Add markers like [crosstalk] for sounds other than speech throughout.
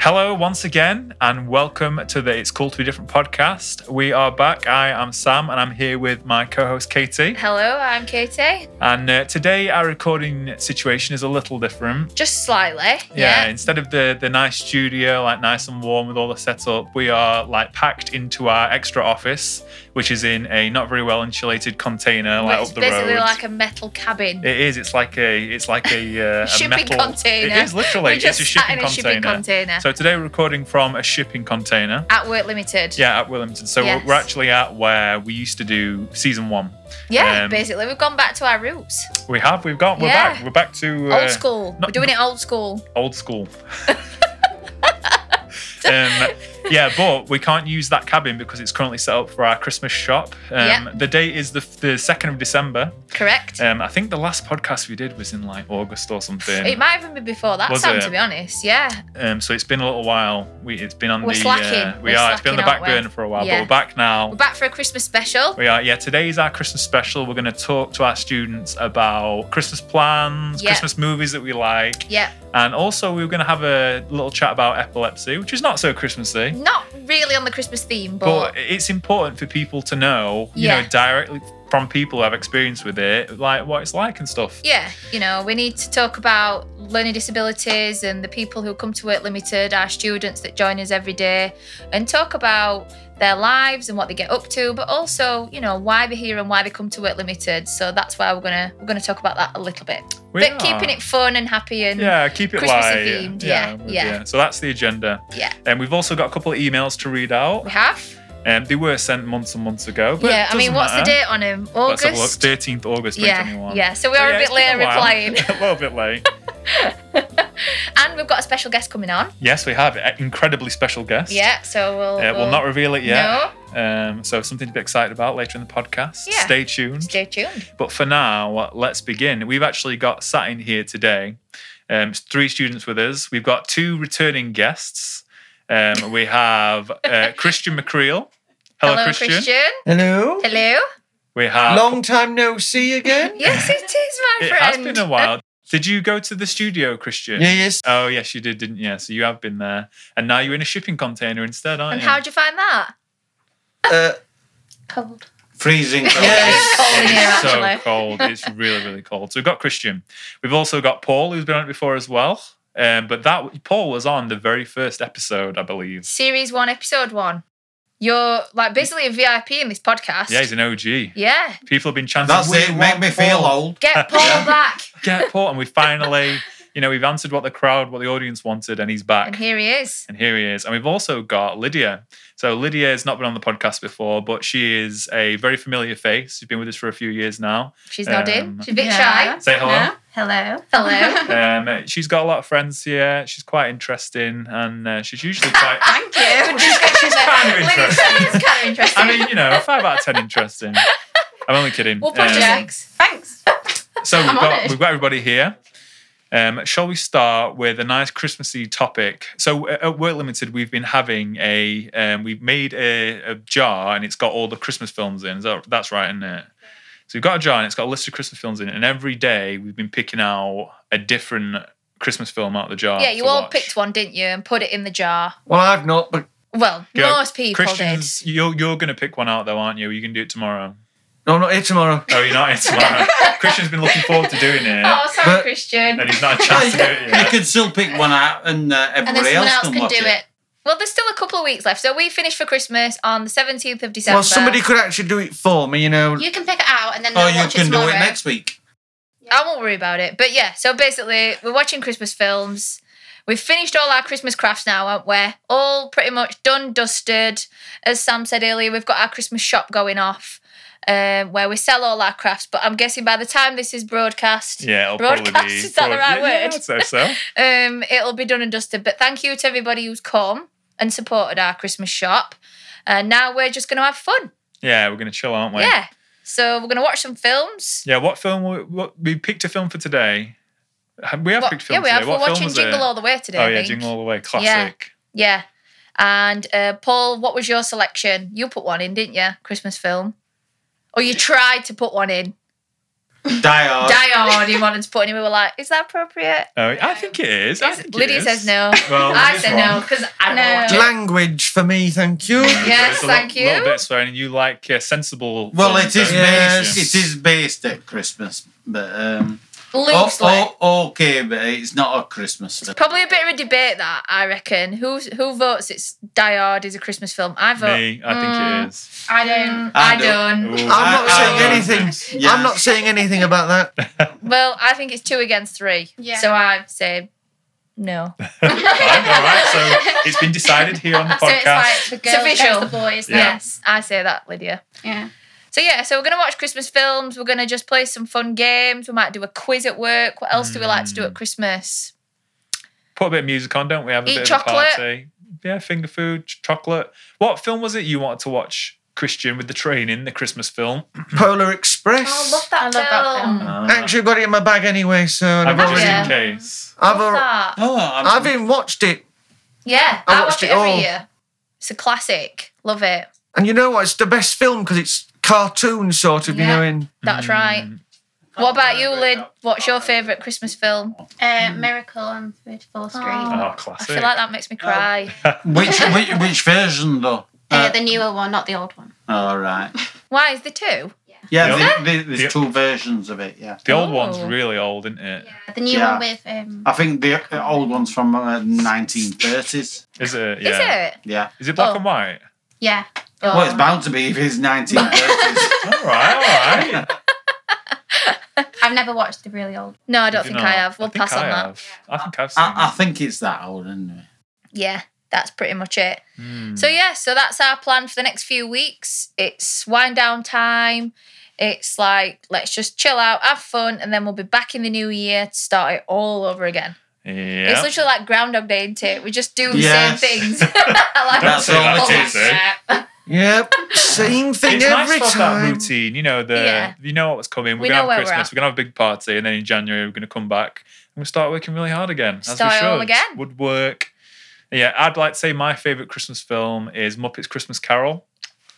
Hello, once again, and welcome to the It's Cool to Be Different podcast. We are back. I am Sam, and I'm here with my co host, Katie. Hello, I'm Katie. And uh, today, our recording situation is a little different. Just slightly. Yeah, instead of the, the nice studio, like nice and warm with all the setup, we are like packed into our extra office, which is in a not very well insulated container, like it's up the basically road. like a metal cabin. it is. It's like a. It's like [laughs] a, uh, a shipping metal- container. It is literally. We just It's a sat shipping in a container. shipping container. So today we're recording from a shipping container. at Work Limited. Yeah, at Wilmington. So Yes. we're, we're actually at where we used to do season one. Yeah, um, basically. We've gone back to our roots. We have. We've got. We're Yeah. back. We're back to uh, old school. not- We're doing it old school. Old school. [laughs] um, yeah, but we can't use that cabin because it's currently set up for our Christmas shop. Um, Yeah. The date is the the second of December. Correct? Um, I think the last podcast we did was in like August or something. it might even be before that Was time, it? to be honest. Yeah. Um, so it's been a little while. We it's been on We're the Uh, slacking. we We're are. It's been on the back slacking, aren't we? burner for a while, Yeah. but we're back now. We're back for a Christmas special. We are, yeah. Today is our Christmas special. We're going to talk to our students about Christmas plans, Yeah. Christmas movies that we like, Yeah. and also we were going to have a little chat about epilepsy, which is not so Christmassy, Not really on the Christmas theme, but but, it's important for people to know, you Yeah. know, directly from people who have experience with it, like what it's like and stuff. yeah, you know, we need to talk about learning disabilities and the people who come to Work Limited, our students that join us every day, and talk about their lives and what they get up to, but also, you know, why they're here and why they come to Work Limited. So that's why we're gonna we're gonna talk about that a little bit. We but are. keeping it fun and happy and Yeah, keep it Christmassy light. themed, yeah, we- yeah. So that's the agenda. Yeah. And we've also got a couple of emails to read out. we have. Um, they were sent months and months ago. But yeah, I mean, what's the date? date on him? Let's have a look. August. 13th August Yeah, 2021. yeah. So we are Oh, Yeah, a it's bit late been while. replying, [laughs] a little bit late. and we've got a special guest coming on. Yes, we have an incredibly special guest. Yeah, so we'll, Uh, we'll not reveal it yet. No, Um, so something to be excited about later in the podcast. Yeah. Stay tuned. stay tuned. But for now, let's begin. We've actually got sat in here today. Um, it's three students with us. We've got two returning guests. Um, we have uh, [laughs] Christian McCreel. Hello, Christian. Hello. Hello. We have. Long time no [laughs] see again. Yes, it is, my it has friend. been a while. Did you go to the studio, Christian? Yeah, yes. Oh yes, you did, didn't you? So you have been there, and now you're in a shipping container instead, aren't And you? how'd you find that? Uh, Cold. freezing. Yes. Cold in here, It's so actually. [laughs] cold. It's really, really cold. So we've got Christian. We've also got Paul, who's been on it before as well. Um, but that Paul was on the very first episode, I believe. Series one, episode one. You're like basically a VIP in this podcast. Yeah, he's an OG. Yeah. People have been chanting. That's "We it. Make want me feel Paul. old. [laughs] Get Paul back. Get Paul, and we finally, you know, we've answered what the crowd, what the audience wanted, and he's back. And here he is. And here he is. And we've also got Lydia. So Lydia has not been on the podcast before, but she is a very familiar face. She's been with us for a few years now. She's Um, nodding. She's a bit Yeah. shy. Say hello. Hello. Hello. Um, she's got a lot of friends here. She's quite interesting, and uh, she's usually quite. [laughs] Thank [laughs] you. she's kind of Lydia's interesting. kind of interesting. I mean, you know, five out of ten interesting. I'm only kidding. [laughs] we'll push Um, the Yeah. six. Thanks. so we've I'm on got it. we've got everybody here. Um, shall we start with a nice Christmassy topic? So uh, at at Work Limited, we've been having a um, we've made a, a jar and it's got all the Christmas films in. So that's right, isn't it? So we've got a jar and it's got a list of Christmas films in, it, and every day we've been picking out a different Christmas film out of the jar. Yeah, you to all watch. picked one, didn't you? And put it in the jar. Well, I've not, but Well, Go. most people Christians, you're you're going to pick one out though, aren't you? You can do it tomorrow. no, I'm not here tomorrow. Oh, you're not in [laughs] tomorrow. Christian's been looking forward to doing it, did. Oh, sorry, But- Christian. and he's not a chance to [laughs] do it You yet. can still pick one out, and uh, and then everybody someone else, else can, can watch do it. it. Well, there's still a couple of weeks left, so we finish for Christmas on the 17th of December. Well, somebody could actually do it for me, you know. You can pick it out and then Or they'll Oh, you watch it can do tomorrow. it next week. I won't worry about it. But yeah, so basically, we're watching Christmas films. We've finished all our Christmas crafts now, aren't we? All pretty much done, dusted. As Sam said earlier, we've got our Christmas shop going off, um, where we sell all our crafts. But I'm guessing by the time this is broadcast, Yeah, it'll probably Broadcast, be. is that the right yeah, yeah, word? I'd say so. um, it'll be done and dusted. But thank you to everybody who's come and supported our Christmas shop. And now we're just going to have fun. Yeah, we're gonna chill, aren't we? Yeah. So we're going to watch some films. Yeah. What film? we- What we picked a film for today? Have- We have What- picked yeah, films we today. are. What We're film watching was Jingle it? All the Way today. oh I yeah, think. Jingle All the Way, classic. Yeah. And uh, Paul, what was your selection? You put one in, didn't you? Christmas film. Or you tried to put one in. Diode. Diode, he wanted to put, and we were like, "Is that appropriate?" Uh, I think it is. I think it Lydia is. says no. Well, I it is said wrong. no because I No. don't know. Language for me, thank you. Yes, There's a thank lot- lot you. of bits swearing, and you like uh, sensible. Well, films, it is don't you? Yes. based. It is based at Christmas, but um, oh, Loosely. oh, okay, but it's not a Christmas. Film. Probably a bit of a debate that I reckon. Who who votes it's Diode is a Christmas film? I vote. Me, I think Mm, it is. I don't. I I don't. Ooh. I'm not I- saying I- [laughs] anything. Yes. I'm not saying anything about that. [laughs] Well, I think it's two against three. Yeah. So I say no. Fine, all right. So it's been decided here [laughs] on the So it's podcast. like the It's girls official. against the boys. Yeah. now. Yes, I say that, Lydia. Yeah. So yeah, so we're gonna watch Christmas films. We're gonna just play some fun games. We might do a quiz at work. What else do we like to Mm. do at Christmas? Put a bit of music on, don't we? Have a Eat bit chocolate. of a party. Yeah, finger food, ch- chocolate. What film was it you wanted to watch, Christian, with the train in the Christmas film? Polar Express. I love that film. Ah. I actually got it in my bag anyway, so I've just already. yeah. in case. I've, Love al- that. oh, Um, I'm, I've even watched it, Yeah, I I, watch watched it it every all. year. It's a classic. Love it. and you know what? It's the best film because it's cartoon sort of, Yeah. you know. In Mm. That's Hmm. right. What about you, Lyd? What's your favourite Christmas film? Uh, Miracle on 34th Street. Oh. Oh, I classic. feel like that makes me cry. which, which which version though? Uh, the newer one, not the old one. All right. Why is there two? Yeah, Yeah. the- the- there's Yeah. two versions of it. Yeah, the old one's Oh. really old, isn't it? The new Yeah. Uh, one with um, I think the the old one's from uh, 1930s. Is it? Yeah. Is it? Yeah. Is it black Oh. and white? yeah, Well, it's bound to be if it's 1930s. All right, [laughs] all right. I've never watched the really old. No, I don't Did think you I not? have. We'll think pass I on that. have. I think I've seen. I, I think it's that old, isn't it? Yeah, that's pretty much it. it. Hmm. So yeah, so that's our plan for the next few weeks. It's wind down time. It's like let's just chill out, have fun, and then we'll be back in the new year to start it all over again. It's yeah. literally like Groundhog Day, isn't it? We just do the Yes. same things. [laughs] I like Don't That's say all that, it Katie. is, [laughs] yep, same thing It's nice every to have that time. routine. You know the Yeah. you know what's coming. We're We know gonna where have we're Christmas. at. We're gonna have a big party, and then in January we're gonna come back and we'll start working really hard again. As Start we it should. all again. Woodwork. Yeah, I'd like to say my favorite Christmas film is Muppets Christmas Carol.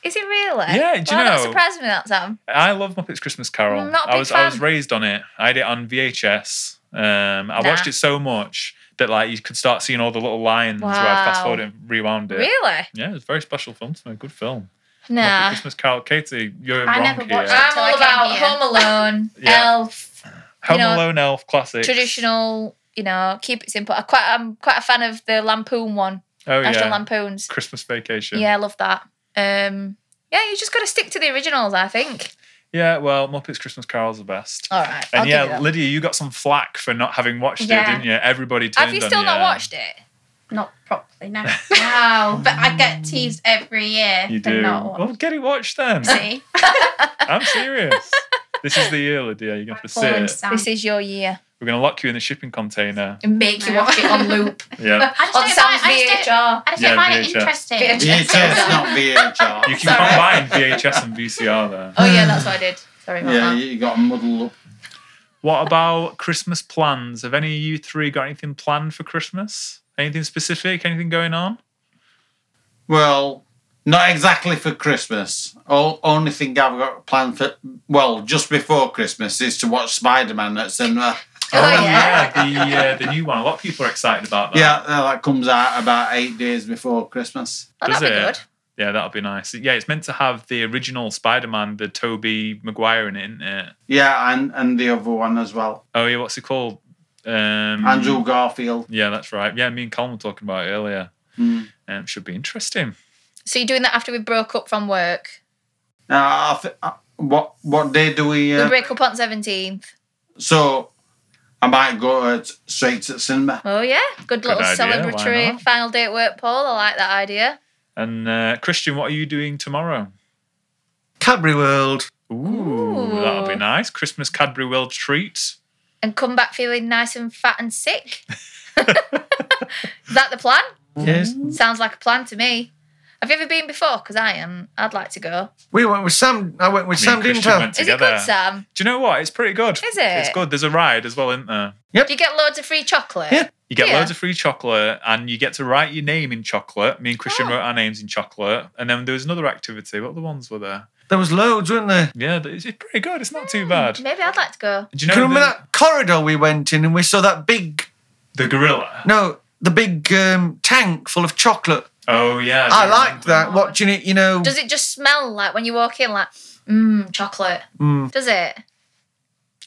Is it really? Yeah, do you Well, That know- surprised me that time. I love Muppets Christmas Carol. I'm not a I big was I was fan. raised on it. I had it on VHS. Um, I Nah. watched it so much that like you could start seeing all the little lines where I fast Wow. forward and rewound it. Really? Yeah, it's a very special film to me. Good film. Muppet Nah. Christmas Carol. Katie, you're I wrong never here. watched it. I'm Till I all came about here. Home Alone, [laughs] Yeah. Elf, Home You know, Alone Elf classic. traditional. You know, keep it simple. I quite, I'm quite a fan of the Lampoon one. Oh National yeah. Lampoons. Christmas Vacation. Yeah, I love that. Um, yeah, you just got to stick to the originals, I think. Yeah, well, Muppets Christmas Carol's the best. All right. and Oh, I'll give you yeah, that. Lydia, you got some flack for not having watched it, Yeah. didn't you? Everybody turned have you on uh, still not you. watched it? Not properly, no. wow. But I get teased every year. You for do. Oh. Not Well, watching. get it watched then. See? [laughs] I'm [laughs] serious. This is the year, Lydia. You're gonna have to Falling sit. down. This is your year. We're gonna lock you in the shipping [laughs] container. And make you watch it on loop. [laughs] Yeah. I just on don't find Sam's it- I just don't- VHR. I just Yeah, don't find it VHS. interesting. VHS, not VHR. You can Sorry. combine VHS and VCR there. Oh, yeah, that's what I did. Sorry about yeah, that. you got to muddle up. What about Christmas plans? Have any of you three got anything planned for Christmas? Anything specific? Anything going on? Well, not exactly for Christmas. All, only thing I've got planned for, well, just before Christmas is to watch Spider Man at cinema. Oh, yeah. yeah, the uh, the new one. A lot of people are excited about that. Yeah, uh, that comes out about eight days before Christmas. Oh, Does that'd be it? good. Yeah, that'll be nice. Yeah, it's meant to have the original Spider-Man, the Toby Maguire in it, isn't it? Yeah, and, and the other one as well. Oh yeah, what's it called? Um, Andrew Garfield. Yeah, that's right. Yeah, me and Colin were talking about it earlier. Hmm. Mm. Um, should be interesting. So you're doing that after we broke up from work? Now, I th- uh, what what day do we? We Uh, break up on 17th. so, I might go uh, t- straight to the cinema. Oh, yeah. Good, Good little idea, why celebratory not? final day at work, Paul. I like that idea. And uh, Christian, what are you doing tomorrow? Cadbury World. Ooh, Ooh. that'll be nice. Christmas Cadbury World treat. And come back feeling nice and fat [laughs] and [laughs] sick. is that the plan? Yes. Sounds like a plan to me. Have you ever been before? Because I am. I'd like to go. We went with Sam. I went with Me and Sam, didn't Christian I? went Is it together. good, Sam? Do you know what? It's pretty good. Is it? It's good. There's a ride as well, isn't there? Do you get loads of free chocolate? Yeah. You get Yeah. loads of free chocolate and you get to write your name in chocolate. Me and Christian Oh. wrote our names in chocolate. And then there was another activity. What other ones were there? There was loads, weren't there? Yeah, th- it's it's pretty good. It's not Mm. too bad. Do Maybe I'd like to go. you Can you know remember the, that corridor we went in and we saw that big the gorilla? no, the big um, tank full of chocolate. Oh, yeah. I do liked remember. that. Watching it, you know. Does it just smell like when you walk in, like, mmm, chocolate? Mm. Does it?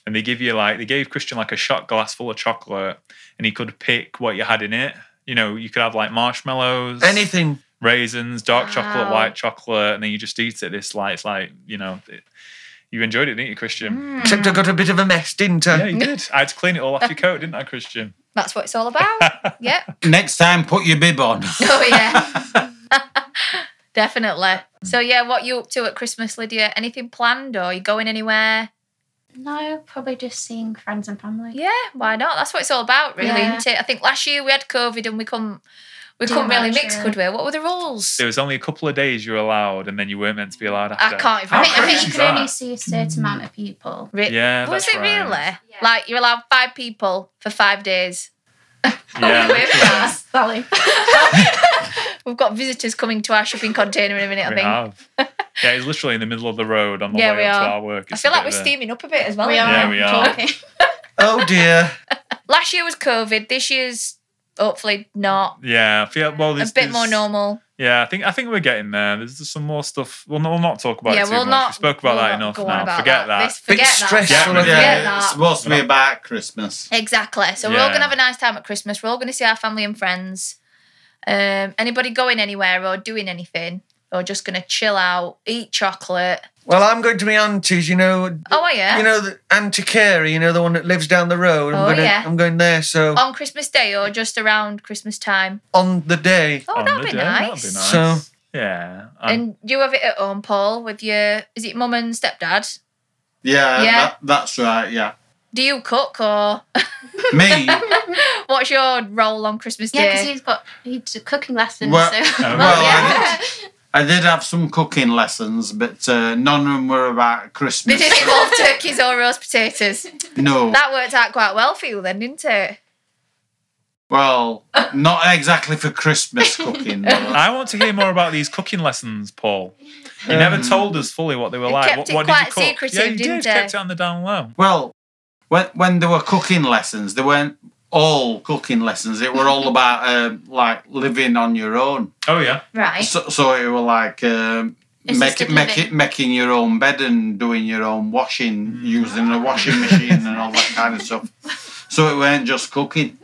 And they give you like, they gave Christian like a shot glass full of chocolate and he could pick what you had in it. You know, you could have like marshmallows, Anything. raisins, dark chocolate, Wow. white chocolate, and then you just eat it. It's like, it's like you know, it, you enjoyed it, didn't you, Christian? Except Mmm. Mm. I got a bit of a mess, didn't Yeah, I? you did. I had to clean it all off your coat, didn't I, Christian? [laughs] That's what it's all about. yep. Next time, put your bib on. Oh yeah. [laughs] Definitely. So yeah, what you up to at Christmas, Lydia? Anything planned or you going anywhere? No, probably just seeing friends and family. Yeah, why not? That's what it's all about, really, Yeah. isn't it? I think last year we had COVID and we couldn't we Yeah, couldn't really last mix, year. could we? What were the rules? There was only a couple of days you were allowed, and then you weren't meant to be allowed I after. can't even I think, I crazy think you is could only that? see a certain amount of people. Re- Yeah, was that's Oh, it right. really? Like you're allowed five people for five days. Oh, Yeah, Probably literally. [laughs] Sally. We've got visitors coming to our shipping container in a minute, I we think. have. Yeah, it's literally in the middle of the road on the Yeah, way we up to are. our work. I It's feel a like we're bit of a- steaming up a bit as well. We aren't are Yeah, we are. talking. Oh dear. Last year was COVID. This year's hopefully not. Yeah, I feel well. A There's, bit more there's- normal. Yeah, I think I think we're getting there. There's just some more stuff. Well, no, we'll not talk about yeah, it too we'll much. not. we spoke about we'll that not enough go on now. about Forget that. This- forget Bit that. stressful, Forget yeah. that. it's supposed to be about Christmas. Exactly. So we're all Yeah. gonna have a nice time at Christmas. We're all gonna see our family and friends. Um, anybody going anywhere or doing anything or just gonna chill out, eat chocolate. Well, I'm going to my auntie's. You know. Oh, are you? You know, the Auntie Carey. You know, the one that lives down the road. I'm Oh, gonna, yeah. Oh. I'm going there. So [laughs] on Christmas Day or just around Christmas time. on [laughs] the day, Oh, on that'd the be, day, nice. That'd be nice. So- yeah, and And you have it at home, Paul, with your is it mum and stepdad? Yeah, Yeah. That, that's right. Yeah, Do you cook or me. what's your role on Christmas Yeah, because Day? he's got he did cooking lessons. Well- so. [laughs] Oh, well, yeah. I, did, I did have some cooking lessons, but uh, none of them were about They Christmas. didn't involve turkeys or roast potatoes. [laughs] no. That worked out quite well for you then, didn't it? Well, not exactly for Christmas [laughs] cooking. though. I want to hear more about these cooking lessons, Paul. You never Um, told us fully what they were You like. kept what it what quite did you cook? secretive, yeah, you did. didn't Kept it you? on the down low. Well, when when there were cooking lessons, they weren't all cooking lessons. It were [laughs] all about um, like living on your own. Oh yeah. Right. So, so it were like um, make, Assisted make living. making your own bed and doing your own washing using a washing machine and all that kind of stuff. So it weren't just cooking.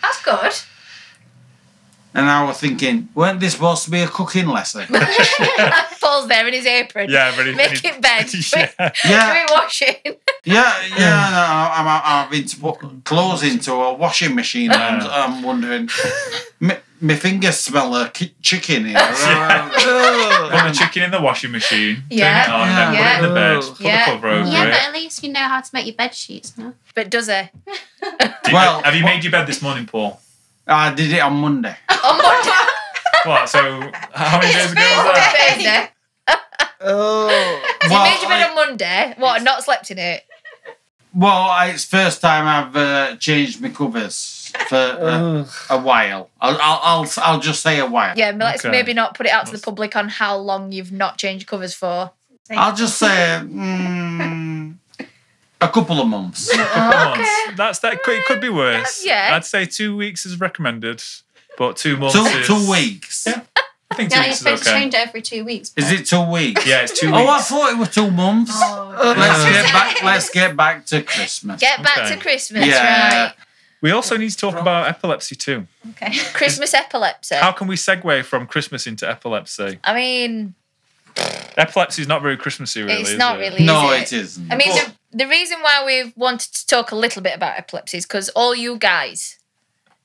That's good. [laughs] And I was thinking, weren't this supposed to be a cooking lesson? Paul's there in his apron. Yeah, but it- [laughs] Make it bed. [laughs] yeah. yeah, Doing washing. yeah, yeah. No, I'm, I'm having to put clothes into a washing machine, and Yeah. I'm wondering, [laughs] my, my fingers smell of ki- chicken here. Oh. Put the Um, chicken in the washing machine. [laughs] Yeah. Turn it on. Then Yeah. put it in the bed. Put Yeah. the cover over yeah, but it. at least you know how to make your bed sheets now. But does he? Did you- [laughs] Well, have you what- made your bed this morning, Paul? I did it on Monday. On Monday. What? So how many days ago was that? Thursday. oh, So Well, you made your bed I- on Monday. What, not slept in it? Well, I- it's first time I've uh, changed my covers for uh, Ugh. a while. I'll, I'll, I'll, I'll just say a while. Yeah, but let's Okay. maybe not put it out to the Must- public on how long you've not changed covers for. I'll just say mm, a couple of months. Couple months. That's that. Could, it could be worse. Yeah. I'd say two weeks is recommended, but two months. two, is, two weeks. Yeah. I think two Yeah, you're weeks is supposed to okay. change it every two weeks. Is it two weeks? Yeah, it's two [laughs] Oh, I weeks. thought it was two months. Oh. Oh, Let's Uh, get back. Let's get back to Christmas. Get back Okay. to Christmas, Yeah. right? We also need to talk about epilepsy too. okay. [laughs] Christmas epilepsy. How can we segue from Christmas into epilepsy? I mean, Epilepsy is not very Christmassy, really. it's is not it? really. No, is it isn't. I mean, Well- the, the reason why we wanted to talk a little bit about epilepsy is because all you guys,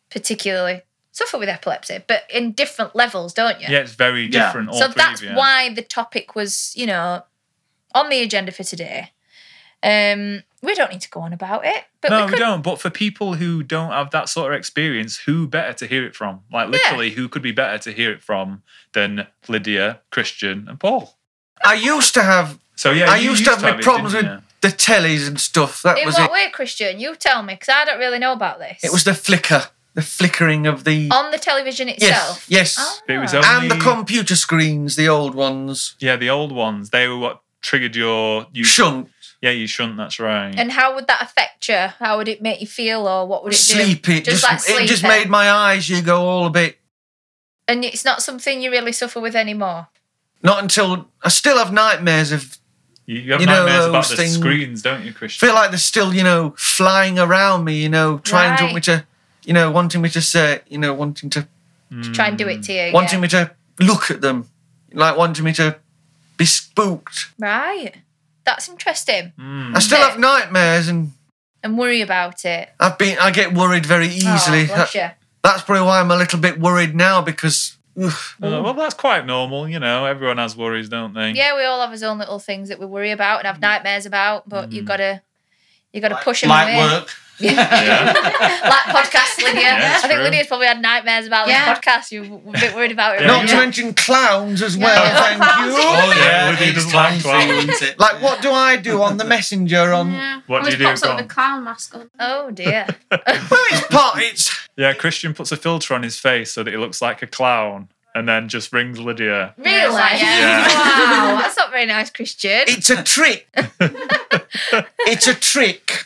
particularly, suffer with epilepsy, but in different levels, don't you? Yeah, it's very Yeah. different. All so three that's of you. why the topic was, you know, on the agenda for today. Um, We don't need to go on about it, [laughs] but no, we we, could. don't. But for people who don't have that sort of experience, who better to hear it from? Like Yeah. literally, who could be better to hear it from than Lydia, Christian, and Paul? I used to have So yeah, I you used to have my it, problems with didn't the tellies and stuff. That In was what it. way, Christian? You tell me, because I don't really know about this. It was the flicker, the flickering of the on the television yes, itself. yes, you? It was Ah. only, and the computer screens, the old ones. yeah the old ones. They were what triggered your you. Shunt, yeah, you shouldn't. That's right. And how would that affect you? How would it make you feel, or what would it do? sleepy. It Just just, like eh? it just sleeping. made my eyes. You go all a bit. And it's not something you really suffer with anymore. Not until I still have nightmares of you, you have you know, nightmares about those the things- screens, don't you, Christian? feel like they're still, you know, flying around me, you know, trying to Right. want me to, you know, wanting me to say, you know, wanting to, To try and do it to you. wanting yeah. me to look at them, like wanting me to be spooked. Right. That's interesting. Mm. I still Yeah. have nightmares, and And worry about it. I've been, I get worried very easily. Oh, bless That- you. that's probably why I'm a little bit worried now because oof, Uh, well, that's quite normal. You know, everyone has worries, don't they? Yeah, we all have our own little things that we worry about and have nightmares about, but you gotta you gotta push them Light away. work. [laughs] [laughs] Yeah. like podcast Lydia. Yeah, that's I think true. Lydia's probably had nightmares about Yeah. this podcast. You're a bit worried about it. Yeah, not right you- to now. mention clowns as [laughs] No, well. no thank clowns. you. Oh, yeah, Woody it's doesn't like time clowns. for you, isn't [laughs] it? Like, what do I do on the messenger? On Yeah. What do Um, Always you do, pops up Colin? with a clown mask on. Oh dear. well, it's part. It's Yeah, Christian puts a filter on his face so that he looks like a clown, and then just rings [laughs] Lydia. Really? Yeah. Wow, [laughs] that's not very nice, Christian. it's a [laughs] trick. it's a trick.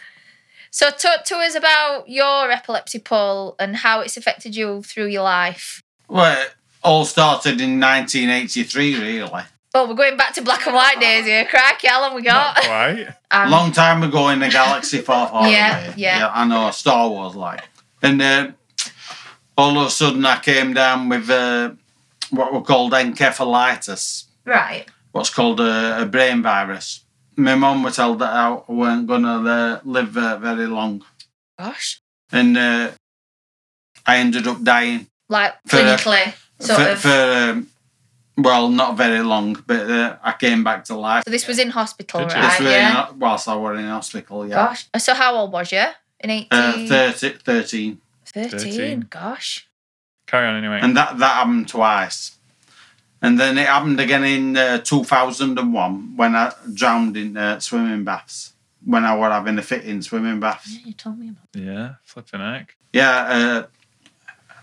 So talk to us about your epilepsy pull and how it's affected you through your life. Well, it all started in 1983, really. Oh, we're going back to black and white days here. Crikey, how long we got? [laughs] Right? Um, Long time ago in the Galaxy Far Far Yeah, Away. yeah. I know, Star Wars like. And uh, all of a sudden I came down with uh, what were called encephalitis, Right. what's called a, a brain virus. My mum was told that I weren't going to uh, live uh, very long. Gosh. And uh, I ended up dying. Like For- clinically, sort for, of. for um, well, not very long, but uh, I came back to life. so this was in hospital, Did you? right? This was in- Uh, yeah. whilst I were in hospital. Yeah, Gosh. Uh, So how old was you? In 18? uh, 30, 13. 13. 13. Gosh. Carry on anyway. and that that happened twice, and then it happened again in uh, two thousand and one when I drowned in uh, swimming baths when I were having a fit in swimming baths. Yeah, you told me about yeah, flipping heck. Yeah, uh,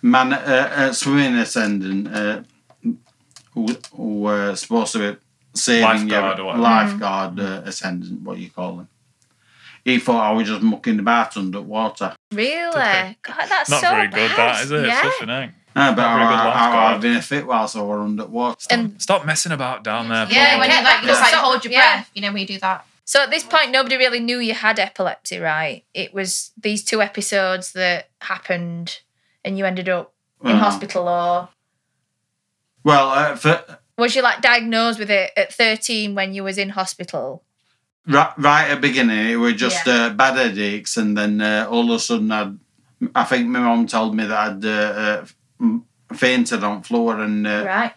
man, uh, uh, swimming attendant uh, who, who were supposed to be Lifeguard saving Mm. or your whatever. lifeguard uh, attendant, what you call him. He thought I was just mucking about under water. Really? Okay. God, that's Not so very bad. good, that is it? Yeah. Flipping heck. Uh, but Not very I, good I, I, lifeguard. I've been a fit whilst I were underwater. And Stop messing about down there. Yeah, Yeah, Paul. when yeah, you like, that just like does. hold your Yeah. breath, you know, when you do that. so at this point, nobody really knew you had epilepsy, right? It was these two episodes that happened and you ended up in Uh, hospital or Well, uh, for, was you like diagnosed with it at 13 when you was in hospital? right, right at the beginning, it were just uh, bad headaches, and then uh, all of a sudden, I'd, I think my mum told me that I'd uh, uh, fainted on floor and uh, Right.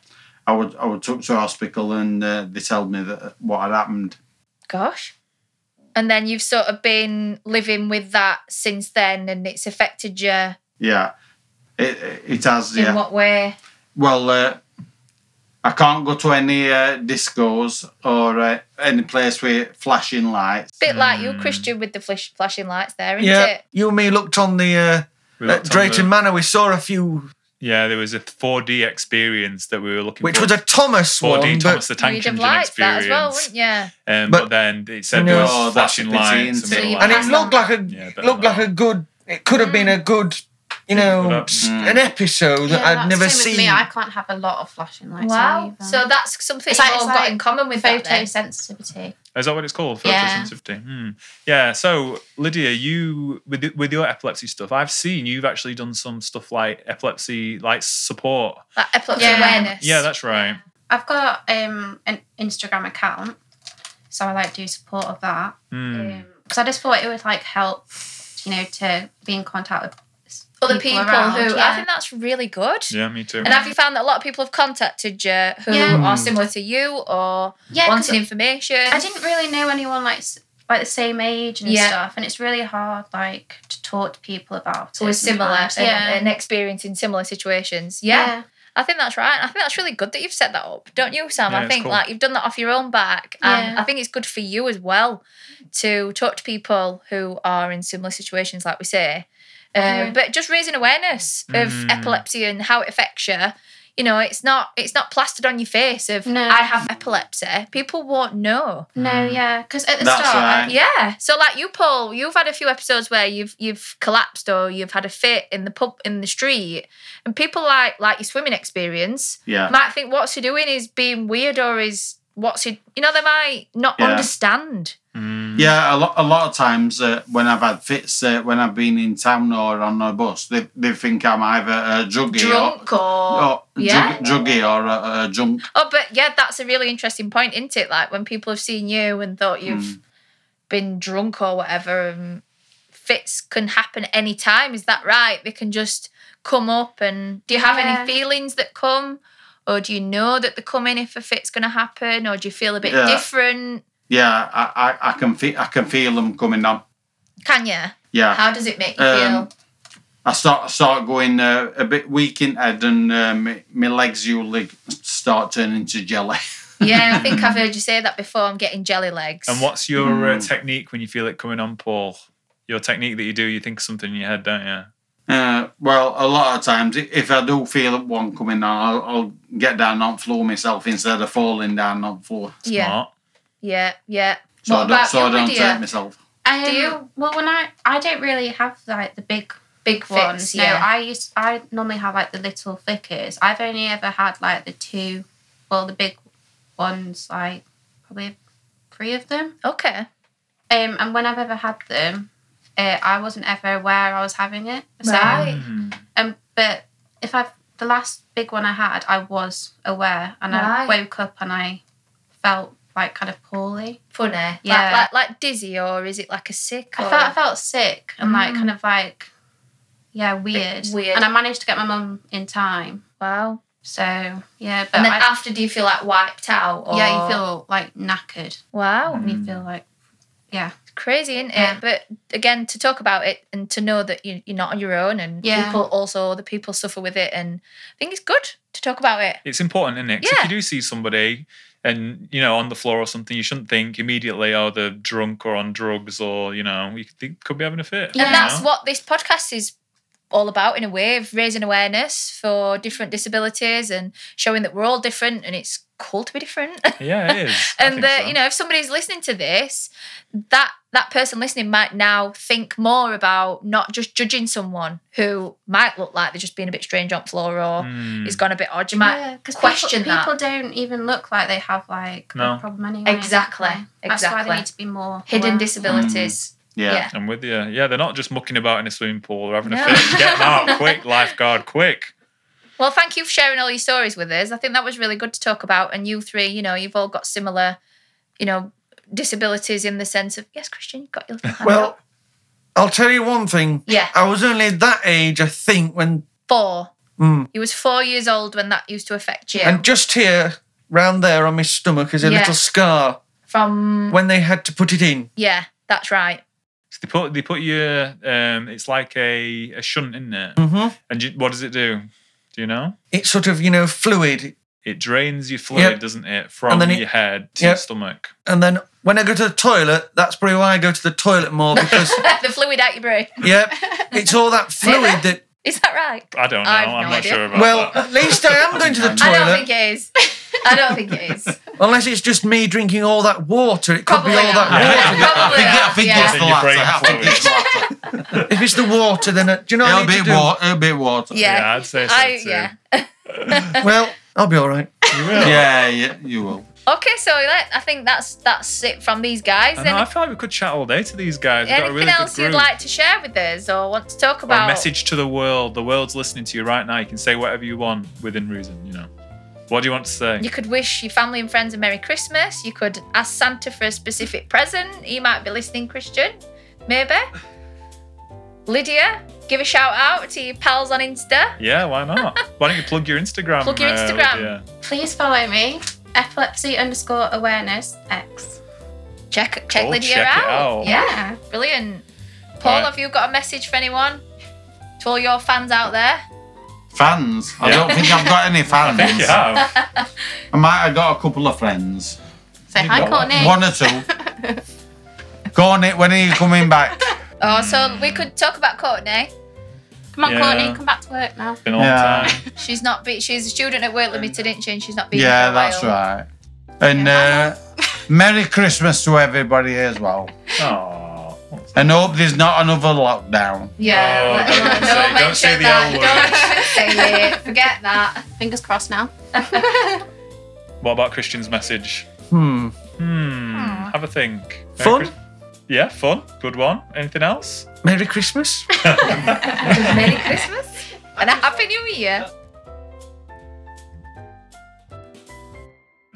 I would I would took to hospital and uh, they told me that what had happened. Gosh. And then you've sort of been living with that since then and it's affected you in Yeah, it it has. Yeah. what way? Well, uh, I can't go to any uh, discos or uh, any place with flashing lights. Bit like you, Hmm. Christian, with the flash- flashing lights there, isn't Yeah, it? you and me looked on the uh, We at looked on Drayton the- Manor. We saw a few, yeah, there was a 4D experience that we were looking which for. was a Thomas 4D one, Thomas but the Tank You'd have Engine liked that experience. as well, wouldn't you? um, but, But- then it said No. there was Oh, that's flashing a pity, lights. isn't it? middle So you passed and it lights. on. looked like a Yeah, better looked than like a good. It could have been a good, you know, Good up. s- Mm. an episode that I'd that's never same seen. With me, I can't have a lot of flashing lights. Wow. either. So that's something It's you've like- all it's got like in common with that then. photosensitivity. Is that what it's called? Yeah. Photosensitivity. Hmm. Yeah. So Lydia, you with with your epilepsy stuff, I've seen you've actually done some stuff like epilepsy, like support. That epilepsy Yeah. awareness. Yeah, that's right. I've got um, an Instagram account, so I like do support of that Hmm. because Mm. I just thought it would like help, you know, to be in contact with s- Other people, around, who I yeah. think that's really good. Yeah, me too. And have you found that a lot of people have contacted you who Yeah. are similar to you or yeah, 'cause wanting information? I didn't really know anyone like s- like the same age and Yeah. stuff, and it's really hard like to talk to people about So it. we're similar sometimes. and, and experiencing similar situations. Yeah, I think that's right. I think that's really good that you've set that up, don't you, Sam? Yeah, I it's think cool. like you've done that off your own back, and Yeah. I think it's good for you as well to talk to people who are in similar situations, like we say. Um, Yeah. But just raising awareness of Mm. epilepsy and how it affects you. You know, it's not it's not plastered on your face of No. I have epilepsy. People won't know. No, yeah, because at the That's start, right. Yeah. So like you, Paul, you've had a few episodes where you've you've collapsed or you've had a fit in the pub in the street, and people like like your swimming experience Yeah. might think what's he doing is being weird or is what's he you know they might not Yeah. understand. Mm. Yeah, a lot, a lot of times uh, when I've had fits, uh, when I've been in town or on a bus, they, they think I'm either a druggie Drunk or, or, or yeah. drug, druggie or a, a junk. Oh, but yeah, that's a really interesting point, isn't it? Like when people have seen you and thought you've Mm. been drunk or whatever, and fits can happen any time. Is that right? They can just come up, and do you have Yeah. any feelings that come, or do you know that they're coming if a fit's going to happen, or do you feel a bit Yeah. different? Yeah, I, I, I can feel I can feel them coming on. Can you? Yeah, How does it make you Um, feel? I start start going uh, a bit weak in head and um, my legs usually start turning to jelly. [laughs] Yeah, I think I've heard you say that before. I'm getting jelly legs. And what's your Hmm. uh, Mm. technique when you feel it coming on, Paul? Your technique that you do, you think of something in your head, don't you? Uh, well, a lot of times, i- if I do feel one coming on, I'll, I'll get down on floor myself instead of falling down on floor. Yeah, Smart. yeah, yeah. So What I don't, about so you, I don't Lydia? hurt myself. I, Do um, you? Well, when I I don't really have like the big Big ones. fits. Yeah. No, I used I normally have like the little flickers. I've only ever had like the two, well, the big ones, like probably three of them. okay. Um, and when I've ever had them, uh, I wasn't ever aware I was having it. So, Right. Mm. um, but if I've the last big one I had, I was aware, and I Right. woke up and I felt like kind of poorly. Funny. Yeah. Like, like like dizzy, or is it like a sick? I or- felt I felt sick and like Mm. kind of like yeah weird. weird. And I managed to get my mum in time. wow. So yeah, but And then I, after, do you feel like wiped out? Or... yeah, you feel like knackered. Mm. wow, And you feel like it's crazy, isn't it? Yeah. But again, to talk about it and to know that you, you're not on your own, and Yeah. people also other people suffer with it, and I think it's good to talk about it. It's important, isn't it? 'Cause Yeah. if you do see somebody and, you know, on the floor or something, you shouldn't think immediately, oh, they're drunk or on drugs or, you know, you could think could be having a fit. Yeah. you And that's know? what this podcast is all about, in a way, of raising awareness for different disabilities and showing that we're all different, and it's cool to be different. Yeah, it is. [laughs] I and think that so. you know if somebody's listening to this that that person listening might now think more about not just judging someone who might look like they're just being a bit strange on floor or Mm. is gone a bit odd you might yeah, 'cause question people, that. people don't even look like they have like No. a problem anyway. Exactly, Yeah. That's why exactly. they need to be more hidden aware. disabilities Yeah. Yeah. I'm with you. Yeah, they're not just mucking about in a swimming pool or having No. a fit. Get them [laughs] out quick, lifeguard, quick. well thank you for sharing all your stories with us i think that was really good to talk about and you three you know you've all got similar you know disabilities in the sense of yes christian you've [laughs] got your hand Well, up. I'll tell you one thing. yeah I was only that age, I think, when. four Mm. you was four years old when that used to affect you And just here, round there on my stomach, is a Yeah. little scar Mm. from when they had to put it in. yeah that's right [laughs] So they put they put your um, it's like a, a shunt in there. hmm Mm-hmm. And you, what does it do? Do you know? It's sort of, you know, fluid. It drains your fluid, Yep. doesn't it, from And then it- your head to your Yep. stomach? And then when I go to the toilet, that's probably why I go to the toilet more because, [laughs] the fluid out your brain yeah, it's all [laughs] that fluid that. Is that right? I don't know. I've I'm no not idea. sure about Well, that. [laughs] at least I am going to [laughs] the I don't think toilet. it is. I don't think it [laughs] is. Unless it's just me drinking all that water. It could Probably be all not. [laughs] that Probably [laughs] I water. think, I not. think yeah. it's the Then your latter. brain I think it's [laughs] water. If it's the water, then it, do you know what I It'll need to be do? water. It'll be water. Yeah. Yeah, I'd say so I, too. yeah. Well, I'll be all right. You will. Yeah, yeah, you will. Okay, so let- I think that's that's it from these guys. I, know, Any- I feel like we could chat all day to these guys. We've got a anything really good else group. you'd like to share with us or want to talk Or a about? message to the world. The world's listening to you right now. You can say whatever you want within reason, you know. What do you want to say? You could wish your family and friends a Merry Christmas. You could ask Santa for a specific present. He might be listening, Christian. Maybe. Lydia, give a shout out to your pals on Insta. Yeah, why not? why don't you plug your Instagram? Plug your uh, Mm. Instagram. Lydia? Please follow me, epilepsy underscore awareness X. Check check Cool, Lydia Oh, check it out. out. Yeah, brilliant. Paul, Right. have you got a message for anyone? To all your fans out there. Fans? I Yeah. don't think I've [laughs] got any fans. There you [laughs] have. I might have got a couple of friends. Say You hi, got Courtney. One or [laughs] two. Go on it, when are you coming back? Oh, Hmm. so we could talk about Courtney. Come on, Yeah. Courtney, come back to work now. Been a long Yeah. [laughs] time. She's not. Be- she's a student at Work Limited, isn't she? And she's not being. yeah, for a while. that's right. And uh, Merry Christmas to everybody as well. Oh. And hope there's not another lockdown. Yeah. Oh, let- don't no, say- don't mention say the that. L word. Don't say it. Forget that. Fingers crossed now. What about Christian's message? Hmm. Hmm. Have a think. Merry Fun? Christ- yeah, fun. Good one. Anything else? Merry Christmas. Merry Christmas and a Happy New Year.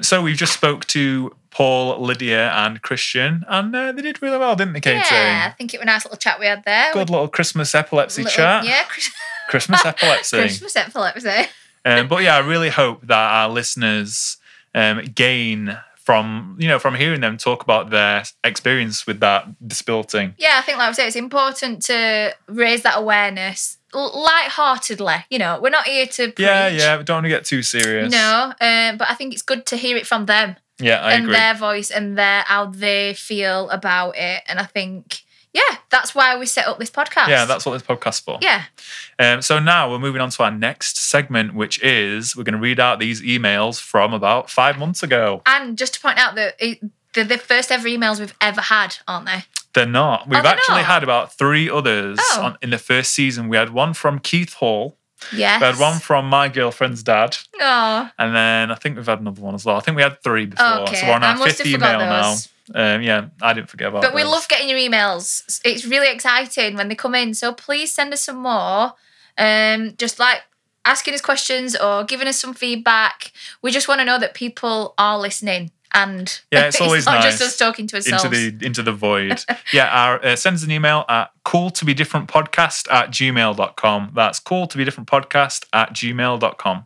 So we've just spoke to Paul, Lydia, and Christian, and uh, they did really well, didn't they, Katie? Yeah, I think it was a nice little chat we had there. Good little Christmas epilepsy Little- chat. Yeah, Chris- [laughs] Christmas epilepsy. Christmas epilepsy. Um, but yeah, I really hope that our listeners um, gain from you know from hearing them talk about their experience with that disability. Yeah, I think like I said, it's important to raise that awareness l- lightheartedly. You know, we're not here to preach. Yeah, yeah. We don't want to get too serious. No, um, but I think it's good to hear it from them Yeah, I and agree. their voice and their how they feel about it. And I think, yeah, that's why we set up this podcast. Yeah, that's what this podcast's for. yeah. Um, so now we're moving on to our next segment, which is we're going to read out these emails from about five months ago. And just to point out that it, they're the first ever emails we've ever had, aren't they? They're not. We've Oh, they're actually not? had about three others Oh. on, in the first season. We had one from Keith Hall. Yes. We had one from my girlfriend's dad. Oh, And then I think we've had another one as well. I think we had three before. okay. So we're on I our must fifth have email forgot now. those. Um, yeah, I didn't forget about But we those. love getting your emails. It's really exciting when they come in. So please send us some more. Um, just like asking us questions or giving us some feedback. We just want to know that people are listening. And [laughs] Yeah, it's always not nice just us talking to ourselves. into the into the [laughs] void. yeah, our, uh, send us an email at cool to be different podcast at gmail.com. That's cool to be different podcast at gmail.com.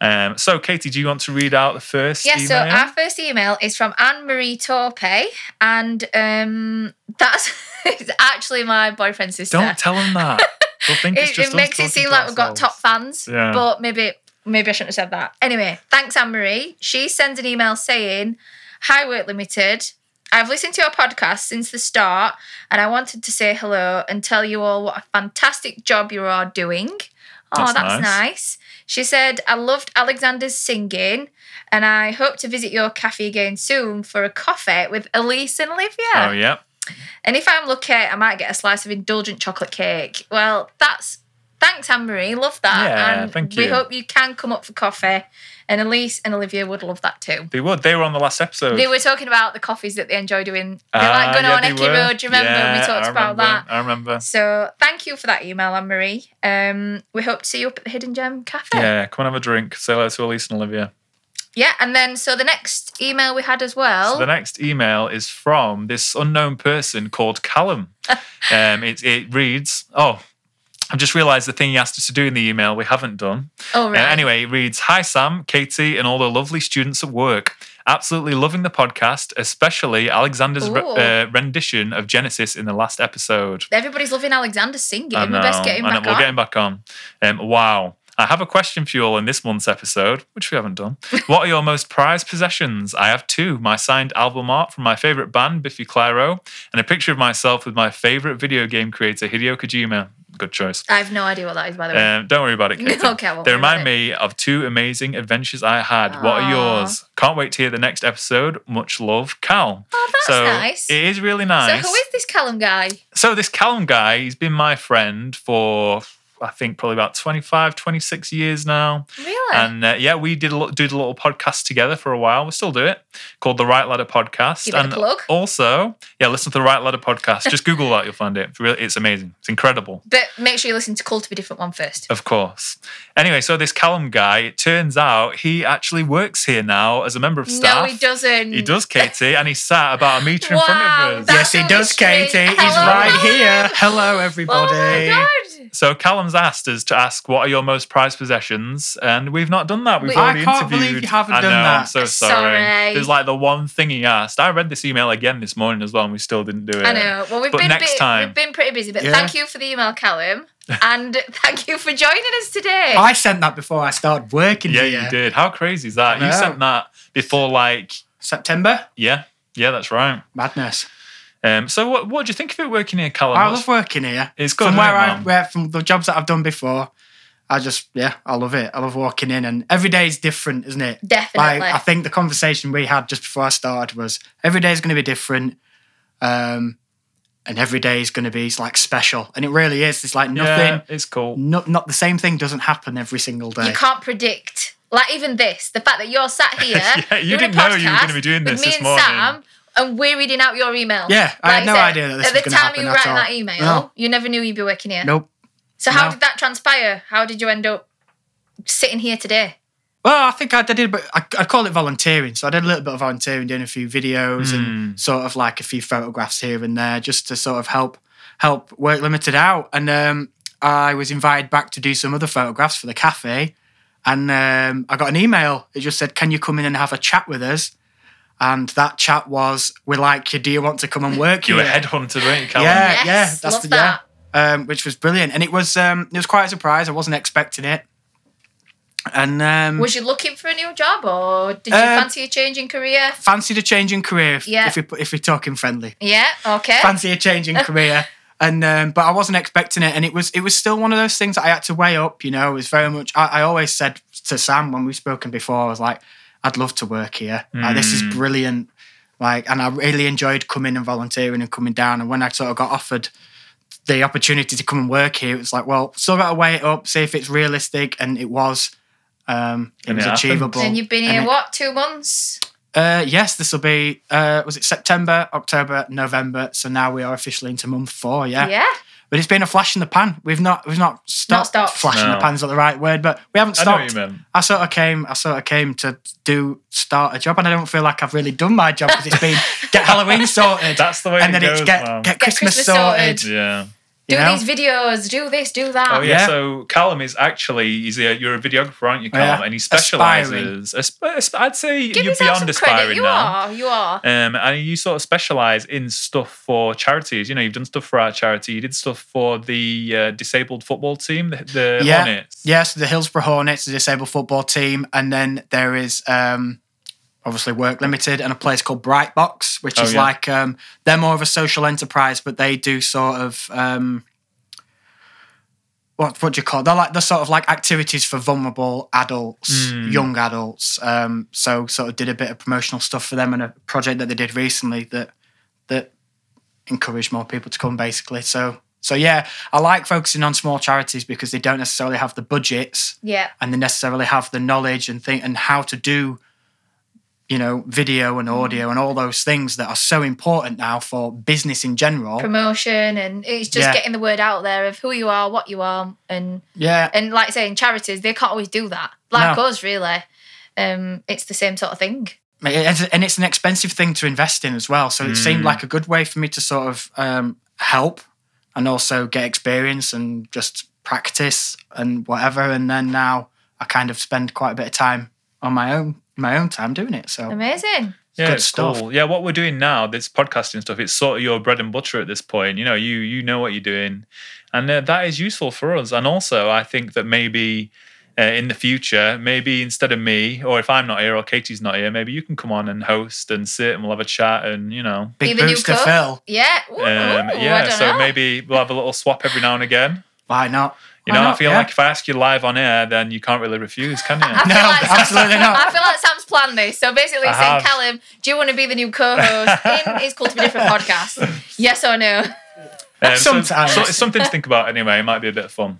Um, so, Katie, do you want to read out the first yeah, email? so our first email is from Anne Marie Torpe, and um, that's [laughs] it's actually my boyfriend's sister. Don't tell them that. They'll think it's [laughs] it, just it us makes it talking seem to like we've got top ourselves. fans, Yeah. but maybe maybe I shouldn't have said that. Anyway, thanks Anne Marie. She sends an email saying, "Hi Work Limited, I've listened to your podcast since the start, and I wanted to say hello and tell you all what a fantastic job you are doing. Oh, That's that's, nice. nice. She said, "I loved Alexander's singing." And I hope to visit your cafe again soon for a coffee with Elise and Olivia. Oh, yeah. And if I'm lucky, I might get a slice of indulgent chocolate cake. Well, that's thanks, Anne Marie. Love that. Yeah, and thank we you. hope you can come up for coffee. And Elise and Olivia would love that too. They would. They were on the last episode. They were talking about the coffees that they enjoy doing. They're Ah, like going yeah, on they Ecky were. Road. Do you remember when Yeah, we talked I about remember, that? I remember. So thank you for that email, Anne Marie. Um, we hope to see you up at the Hidden Gem Cafe. Yeah, come and have a drink. Say hello to Elise and Olivia. Yeah, and then so the next email we had as well. So the next email is from this unknown person called [laughs] Callum. um, it, it reads, oh, I've just realised the thing he asked us to do in the email we haven't done. oh right. Uh, anyway, it reads, Hi Sam, Katie, and all the lovely students at work. Absolutely loving the podcast, especially Alexander's re- Ooh. uh, rendition of Genesis in the last episode. um, Everybody's loving Alexander singing. I We best get him I know, back We'll on. get him back on. Um, wow. I have a question for you all in this month's episode, which we haven't done. [laughs] What are your most prized possessions? I have two my signed album art from my favourite band, Biffy Clyro, and a picture of myself with my favourite video game creator, Hideo Kojima. Good choice. I have no idea what that is, by the way. Um, don't worry about it, Katie. [laughs] Okay, I won't They worry about remind me of two amazing adventures I had. What are Aw. yours? Can't wait to hear the next episode. Much love, Cal. oh, that's so nice. It is really nice. So who is this Callum guy? So this Callum guy, he's been my friend for I think probably about 25, 26 years now. Really? And uh, yeah, we did a, lo- did a little podcast together for a while. We still do it called the Right Ladder Podcast. Give it a and plug. also, yeah, listen to the Right Ladder Podcast. Just Google that, you'll find it. It's, really, it's amazing. It's incredible. but make sure you listen to Call to Be Different one first. Of course. Anyway, so this Callum guy, it turns out he actually works here now as a member of staff. No, he doesn't. He does, Katie, and he sat about a meter in front Wow, of us. that- yes, he That's does, really Katie. strange. [laughs] He's Hello. right here. Hello, Oh everybody. my god! So Callum's asked us to ask what are your most prized possessions, and we've not done that. We've We- I already can't interviewed. believe you haven't I done know, I'm that. so sorry. Sorry. There's like the one thing he asked. I read this email again this morning as well, and we still didn't do it. I know. Well, we've But been next bit, time. we've been pretty busy, but Yeah. thank you for the email, Callum, [laughs] and thank you for joining us today. I sent that before I started working Yeah, here. you did. How crazy is that? I You know. sent that before, like, September. yeah, yeah, that's right. Madness. Um, so what what do you think of it working here, Callum? I What's- love working here. It's good, from isn't where it, I Mum? where from the jobs that I've done before. I just yeah, I love it. I love walking in, and every day is different, isn't it? Definitely. Like I think the conversation we had just before I started was every day is going to be different, um, and every day is going to be like special, and it really is. It's like yeah, nothing, it's cool. no, not the same thing doesn't happen every single day. you can't predict. Like even this, the fact that you're [laughs] sat here, Yeah, you doing a didn't know you were podcast gonna be doing with this me this and morning. Sam, and we're reading out your email. Yeah, I had you no said, idea that this at was the gonna time happen you were at writing all. that email, No. you never knew you'd be working here. Nope. So how no. did that transpire? How did you end up sitting here today? Well, I think I did, but I, I call it volunteering. So I did a little bit of volunteering, doing a few videos Hmm. and sort of like a few photographs here and there, just to sort of help help Work Limited out. And um, I was invited back to do some other photographs for the cafe, and um, I got an email. It just said, "Can you come in and have a chat with us?" And that chat was, "We like you. Do you want to come and [laughs] work You were here?" headhunter, weren't you, Callum? Yeah, yes, yeah, that's love the- yeah. that. um, which was brilliant. And it was um, it was quite a surprise. I wasn't expecting it. And um, Was you looking for a new job, or did you Um, fancy a change in career? fancied a change in career if, Yeah. Eh? if, we, if we're talking friendly Yeah. Okay. fancy [laughs] a change in career and um, but i wasn't expecting it and it was it was still one of those things that i had to weigh up you know it was very much i, I always said to sam when we've spoken before i was like i'd love to work here Like, this is Mm. brilliant like and i really enjoyed coming and volunteering and coming down and when i sort of got offered the opportunity to come and work here it was like well still got to weigh it up see if it's realistic and it was um, it And was it happened. achievable and you've been and here it- what two months? uh, yes, this will be. Uh, was it September, October, November? So now we are officially into month four. Yeah. But it's been a flash in the pan. We've not. We've not stopped. stopped. Flash in the No. pan's not the right word, but we haven't I stopped. know what you meant. I sort of came. I sort of came to do start a job, and I don't feel like I've really done my job because [laughs] it's been get Halloween sorted, That's the way and it then goes, it's get Mum. get Christmas, Christmas sorted. sorted. yeah. you Do know? these videos. Do this. Do that. Oh yeah. Yeah. So Callum is actually he's a, you're a videographer, aren't you, Yeah. Callum? And he specializes. I'd say Give you're yourself beyond some aspiring credit. You now. are. You are. Um, and you sort of specialize in stuff for charities. You know, you've done stuff for our charity. You did stuff for the uh, disabled football team, the, the Yeah. Hornets. Yes, the Hillsborough Hornets, the disabled football team, and then there is um, obviously Work Limited and a place called Bright Box, which Oh, is yeah. like um, they're more of a social enterprise, but they do sort of um, what what do you call? It? They're like they're sort of like activities for vulnerable adults, Mm. young adults. Um, so sort of did a bit of promotional stuff for them and a project that they did recently that that encouraged more people to come, basically. So. So yeah, I like focusing on small charities because they don't necessarily have the budgets Yeah. and they necessarily have the knowledge and think and how to do you know video Mm. and audio and all those things that are so important now for business in Oh. general Promotion and it's just Yeah. getting the word out there of who you are, what you are, and yeah and like saying charities, they can't always do that. Like No. us, really. Um, it's the same sort of thing. and and it's an expensive thing to invest in as well so it seemed Mm. like a good way for me to sort of um, help and also get experience and just practice and whatever and then now i kind of spend quite a bit of time on my own my own time doing it Oh. so Amazing. Yeah, Good it's stuff. cool. Yeah, what we're doing now, this podcasting stuff, it's sort of your bread and butter at this point. You know, you you know what you're doing, and uh, that is useful for us. And also, I think that maybe uh, in the future, maybe instead of me, or if I'm not here or Katie's not here, maybe you can come on and host and sit and we'll have a chat and you know. big Even you boost to cook? fill Yeah. Ooh, Um, I yeah, don't so know. maybe we'll have a little swap every now and again. why not You Why know, I not? feel Yeah. like if I ask you live on air, then you can't really refuse, can I you? Um, feel No, like Sam's- absolutely not. I feel like Sam's planned this. So basically, I he's saying, have. Callum, do you want to be the new [laughs] co-host in It's Cool to Be Different podcast? Yes or no? Um, so- Sometimes. so it's something to think about anyway. It might be a bit of fun.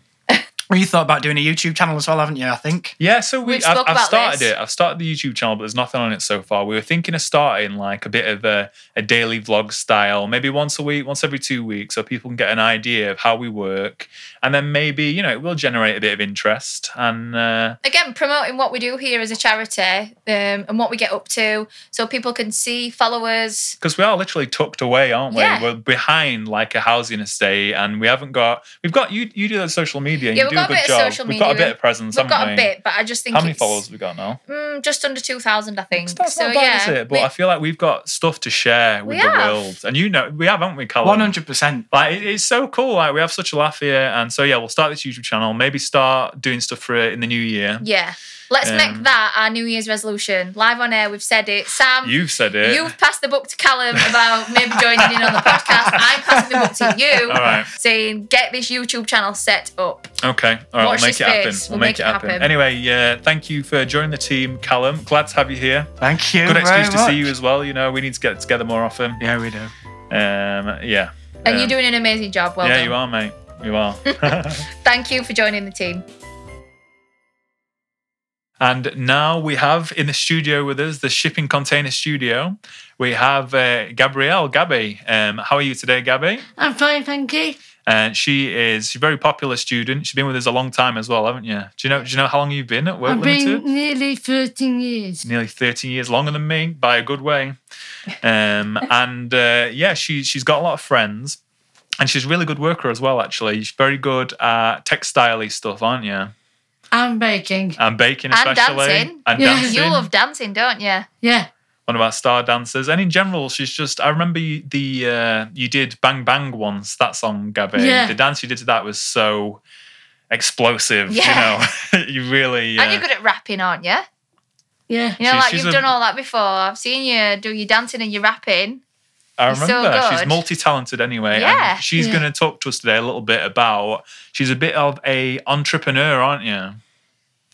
Well, you thought about doing a YouTube channel as well, haven't you? I think. Yeah, so we We've I've, spoke I've about started this. it. I've started the YouTube channel, but there's nothing on it so far. We were thinking of starting like a bit of a, a daily vlog style, maybe once a week, once every two weeks, so people can get an idea of how we work, and then maybe you know it will generate a bit of interest. And uh, Again, promoting what we do here as a charity um, and what we get up to so people can see, follow us. because we are literally tucked away, aren't we? Yeah. We're behind like a housing estate, and we haven't got. We've got you. You do the social media. and Yeah, you we've do got a a bit good of job. social We've got a media. bit of presence. We've got haven't a we? bit, but I just think How many it's- followers have we got now? Mm, just under 2,000, I think. That's so, not bad, yeah. is it? But we- I feel like we've got stuff to share with We the have. world, and you know we have, haven't we, Callum? One hundred percent. Like it- it's so cool. Like we have such a laugh here, and so yeah, we'll start this YouTube channel. Maybe start doing stuff for it in the new year. yeah. Let's make Um, that our New Year's resolution. Live on air, we've said it. Sam, You've said it. You've passed the book to Callum about maybe [laughs] joining in on the podcast. I'm passing the book to you, All right. saying get this YouTube channel set up. Okay. All right. Watch we'll make this it happen. space. We'll, make, it happen. Anyway, uh, thank you for joining the team, Callum. Glad to have you here. Thank you. Good very excuse to much. see you as well. You know, we need to get together more often. Yeah, we do. Um, yeah. And Um, you're doing an amazing job. Well yeah, done. you are, mate. You are. Thank you for joining the team. And now we have in the studio with us, the Shipping Container Studio, we have uh, Gabrielle Gabby. Um, how are you today, Gabby? I'm fine, thank you. And she is she's a very popular student. She's been with us a long time as well, haven't you? Do you know? Do you know how long you've been at Work I've Limited? been nearly 13 years. Nearly thirteen years, longer than me by a good [laughs] way. Um, and uh, yeah, she she's got a lot of friends, and she's a really good worker as well. Actually, she's very good at textile stuff, aren't you? I'm baking. And baking, And especially, dancing. and Yeah. dancing. You love dancing, don't you? Yeah, one of our star dancers. And in general, she's just. I remember you- the uh, you did "Bang Bang" once. That song, Gabby. Yeah. The dance you did to that was so explosive. Yeah. You know, [laughs] you really. And you're Uh, good at rapping, aren't you? yeah. You know, She's- like she's you've a- done all that before. I've seen you do your dancing and your rapping. I you're so remember she's good. multi-talented anyway. Yeah. And she's Yeah. going to talk to us today a little bit about. She's a bit of a entrepreneur, aren't you?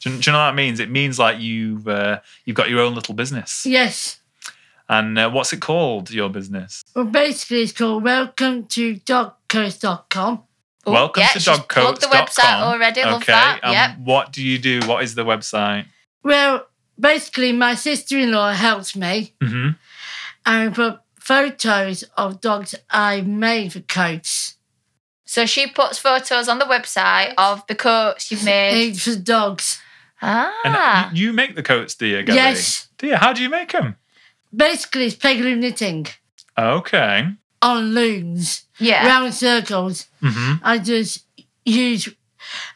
Do, you- do you know what that means? It means like you've uh, you've got your own little business. Yes. And uh, what's it called? Your business. Well, basically, it's called welcome to dogcoast.com. Oh, Welcome yeah, to she's plugged the dogcoats.com. website already. Love okay. that. and Yep. What do you do? What is the website? Well, basically, my sister in law helps me hmm and we put photos of dogs I made for coats. So she puts photos on the website of the coats you've made. It's for dogs. And uh, Ah. you, you make the coats, do you, Gabby? Yes. Do you? How do you make them? Basically, it's pegaloom knitting Okay. on looms, Yeah. round circles. hmm I just use,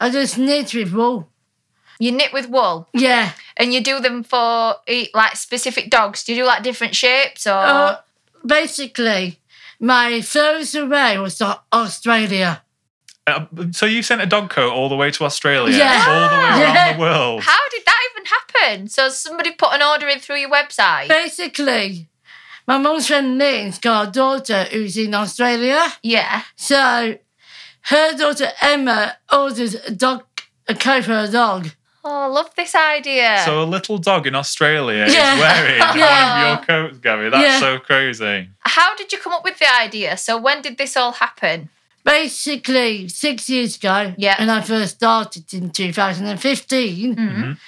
I just knit with wool. You knit with wool. Yeah. And you do them for eh, like specific dogs. Do you do like different shapes or? Uh, basically, my furthest away was to Australia. Uh, so you sent a dog coat all the way to Australia, Yeah. all the way around Yeah. the world. How did that even happen? So somebody put an order in through your website. Uh, Basically, my mum's friend Lynn's got a daughter who's in Australia. yeah. So her daughter Emma orders a dog, a coat for her dog. Oh, I love this idea. So a little dog in Australia is Yeah. [laughs] wearing Yeah. one of your coats, Gabby. That's Yeah. so crazy. How did you come up with the idea? So when did this all happen? Basically, six years ago, Yeah. when I first started in 2015, Mhm.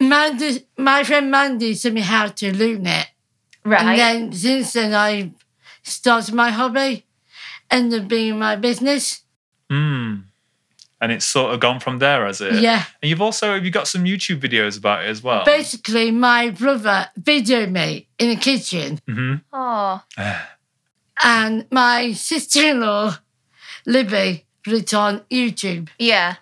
Mandy, my friend Mandy showed me how to loom it. Right. And then since then, I started my hobby, ended up being my business. Mm. And it's sort of gone from there, has it? Yeah. And you've also have you got some YouTube videos about it as well? Basically, my brother videoed me in the kitchen, hmm oh. and my sister in law, Libby, put it on YouTube. Yeah.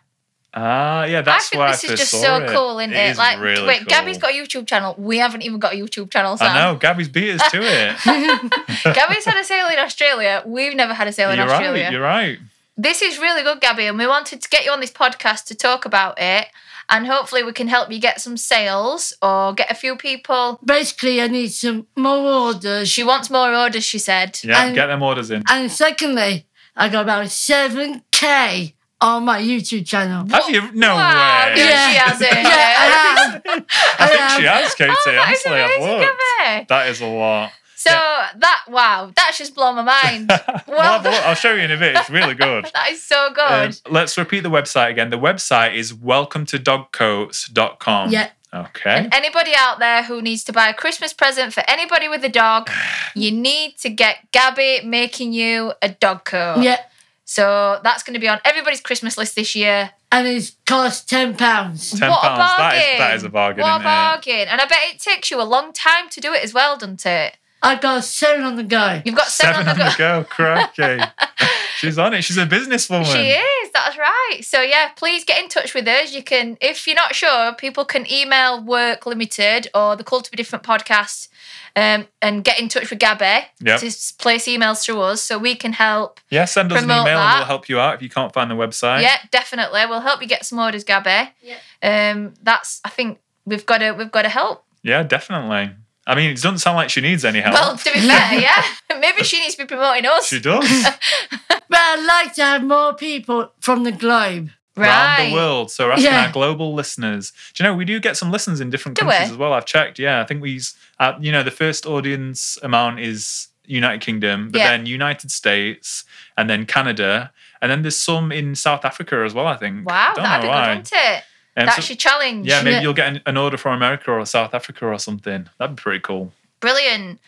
Ah, yeah, that's I think why I this is first just saw so it. cool, isn't it? is like, really wait, cool. Gabby's got a YouTube channel. We haven't even got a YouTube channel, Sam. I know Gabby's beat us [laughs] to it. Gabby's had a sale in Australia. We've never had a sale in you're Australia. right. You're right. this is really good, Gabby, and we wanted to get you on this podcast to talk about it. And hopefully, we can help you get some sales or get a few people. Basically, I need some more orders. She wants more orders, she said. Yeah, And- get them orders in. And secondly, I got about 7K on my YouTube channel. Have you? No Wow, way. no, Yeah. Oh, she has it. Yeah, I have. I think I she has, Katie. Oh, that is Honestly, I've amazing, looked. Gabby. That is a lot. [laughs] So that wow, that's just blown my mind. We'll have a look. I'll show you in a bit. It's [laughs] really good. that is so good. Um, let's repeat the website again. The website is welcome to dogcoats.com. Yeah. Okay. And anybody out there who needs to buy a Christmas present for anybody with a dog, you need to get Gabby making you a dog coat. Yeah. So that's going to be on everybody's Christmas list this year. And it's cost ten pounds. Ten what a pounds. bargain! That is that is a bargain. What isn't a it? bargain! And I bet it takes you a long time to do it as well, doesn't it? I got seven on the go. You've got seven, Seven on the [laughs] go. Crikey. She's on it. She's a [laughs] businesswoman. She is. That's right. So yeah, please get in touch with us. You can, if you're not sure, people can email Work Limited or the Call to Be Different podcast, um, and get in touch with Gabby Yep. to s- place emails through us so we can help. Yeah, send us an Promote email and that. we'll help you out if you can't find the website. Yeah, definitely. We'll help you get some orders, Gabby. Yeah. Um, that's. I think we've got to. We've got to help. Yeah, definitely. I mean, it doesn't sound like she needs any help. Well, to be fair, yeah. [laughs] Maybe she needs to be promoting [laughs] us. she [laughs] does. But I'd like to have more people from the globe. Around right. the world. So we're asking Yeah. our global listeners. Do you know, we do get some listeners in different Do countries we? as well. I've checked. Yeah, I think we, s- uh, you know, the first audience amount is United Kingdom, but Yeah. then United States and then Canada. And then there's some in South Africa as well, I think. Wow, Don't that'd know be why. good, wouldn't it? Um, That's so- your challenge. yeah, maybe Yeah. you'll get an, an order from America or South Africa or something. That'd be pretty cool. Brilliant.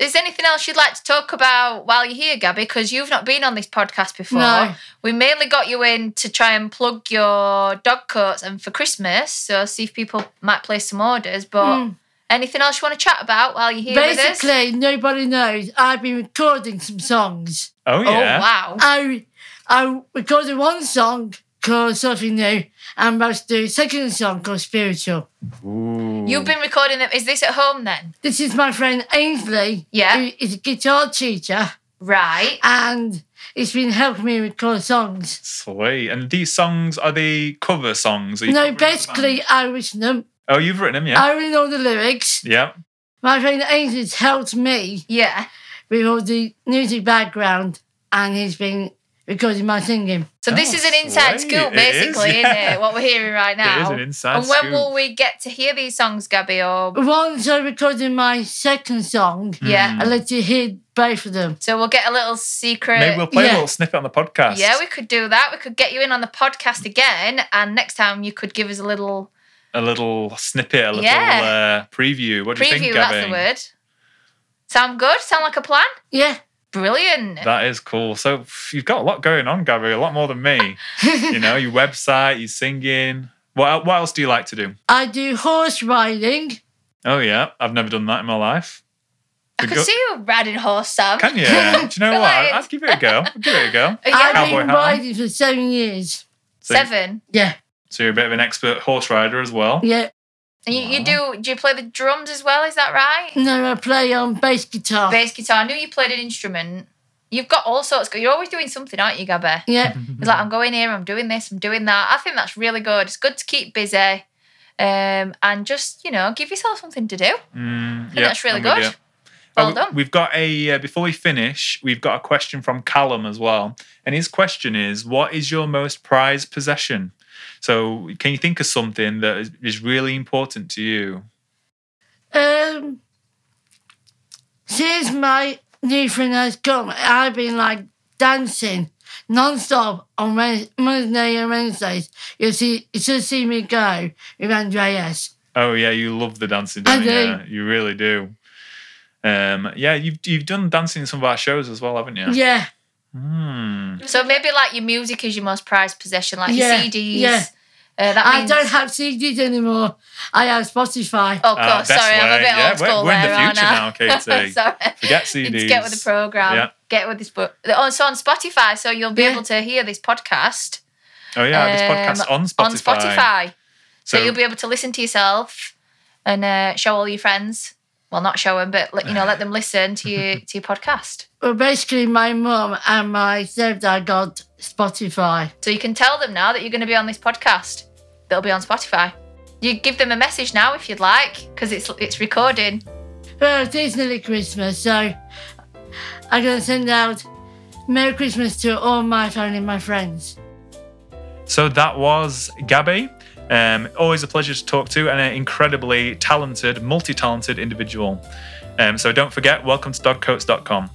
Is there anything else you'd like to talk about while you're here, Gabby? Because you've not been on this podcast before. No. We mainly got you in to try and plug your dog coats and for Christmas, so see if people might place some orders. But Mm. anything else you want to chat about while you're here with us? Basically, nobody knows. I've been recording some songs. Oh, Oh yeah. wow! I I recorded one song called Something New and I'm about to do a second song called Spiritual. Ooh. You've been recording them. Is this at home then? This is my friend Ainsley, Yeah. who is a guitar teacher, Right. and he's been helping me record songs. Sweet. And these songs are they cover songs? Are you No, covering the basically, band? I written them. Oh, you've written them, yeah. I already know the lyrics. yeah. My friend Ainsley's helped me Yeah. with all the music background, and he's been recording my singing. So this Oh, is an inside sweet. scoop, It is, basically, is, yeah. not it? What we're hearing right now. It is an inside And when scoop. will we get to hear these songs, Gabby? Or Once I recorded my second song, Hmm. yeah. I let you hear both of them. So we'll get a little secret. Maybe we'll play a Yeah. little snippet on the podcast. Yeah, we could do that. We could get you in on the podcast again, and next time you could give us a little a little snippet, a little Yeah. uh, preview. What do you preview. think, that's Gabby? the word. Sound good? Sound like a plan? Yeah, Brilliant. That is cool. So f- you've got a lot going on, Gabby. A lot more than [laughs] me. you know, your website, your singing. What el- What else do you like to do? I do horse riding. Oh yeah, I've never done that in my life. I The could go- see you riding horse, Sam. Can you? [laughs] Do you know Feel what? like- I'd give it a go. I'd give it a go. Yeah. I've Cowboy been hat on. riding for seven years. So, Seven. Yeah, so you're a bit of an expert horse rider as well. yeah. And you, you do? Do you play the drums as well? Is that right? No, I play on bass guitar. Bass guitar. I knew you played an instrument. You've got all sorts. You're always doing something, aren't you, Gabby? Yeah, Hmm. It's like I'm going here, I'm doing this, I'm doing that. I think that's really good. It's good to keep busy, um, and just you know give yourself something to do. Mm, think that's really I'm with good. you. Well we- done. We've got a uh, before we finish, we've got a question from Callum as well, and his question is, "What is your most prized possession?" So, can you think of something that is, is really important to you? Um, since my new friend has come, I've been like dancing non-stop on Wed- Monday and Wednesdays. You see, you should see me go with Andreas. Oh yeah, you love the dancing. I Don't you? do. Yeah, you really do. Um, yeah, you've you've done dancing in some of our shows as well, haven't you? Yeah, Hmm. So maybe like your music is your most prized possession, like Yeah, your CDs. yeah. Uh, that I means. don't have CDs anymore. I have Spotify. oh, of Ah, course. best sorry, I'm a way. bit Yeah, old we're- school we're in there, the aren't future I? now, [laughs] Katie. sorry. Forget You CDs. just get with the program. Yeah. Get with this book. Oh, so on Spotify, so you'll be Yeah. able to hear this podcast Oh yeah, this Um, podcast on Spotify. on Spotify. So, So- you'll be able to listen to yourself and uh, show all your friends. Well, not show them, but let- you know, let them listen [laughs] to your to your podcast. Well, basically, my mum and my stepdad got Spotify. So you can tell them now that you're going to be on this podcast. They'll be on Spotify. You give them a message now if you'd like, because it's it's recording. Well, it is nearly Christmas, so I'm going to send out Merry Christmas to all my family and my friends. So that was Gabby. Um, always a pleasure to talk to and an incredibly talented, multi talented individual. Um, so don't forget, welcome to dogcoats.com.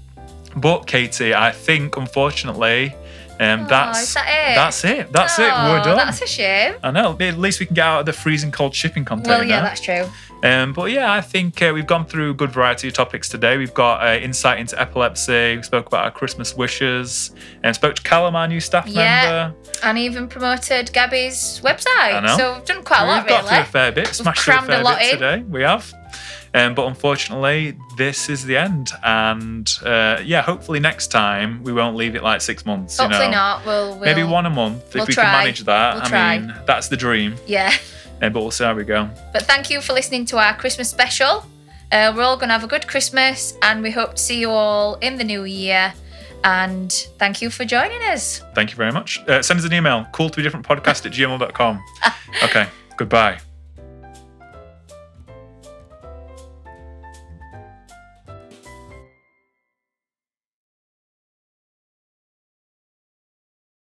But Katie, I think unfortunately, um, Oh, that's is that it? that's it. That's it. Oh, We're done. That's a shame. I know. At least we can get out of the freezing cold shipping container. Well, yeah, that's true. Um, but yeah, I think uh, we've gone through a good variety of topics today. We've got uh, insight into epilepsy. We spoke about our Christmas wishes, and spoke to Callum, our new staff Yeah. member. And even promoted Gabby's website. I know. So we've done quite a lot, we've got through a really. fair bit, smashed through a crammed a fair lot bit in. today. We have. Um, but unfortunately, this is the end. And uh, yeah, hopefully next time we won't leave it like six months. you Hopefully know. not. We'll, we'll Maybe one a month we'll if we can try. manage that. We'll I try. mean, that's the dream. Yeah. Uh, but we'll see how we go. But thank you for listening to our Christmas special. Uh, we're all going to have a good Christmas and we hope to see you all in the new year. And thank you for joining us. [laughs] Thank you very much. Uh, send us an email, cool to be different podcast at gmail.com. Okay, goodbye.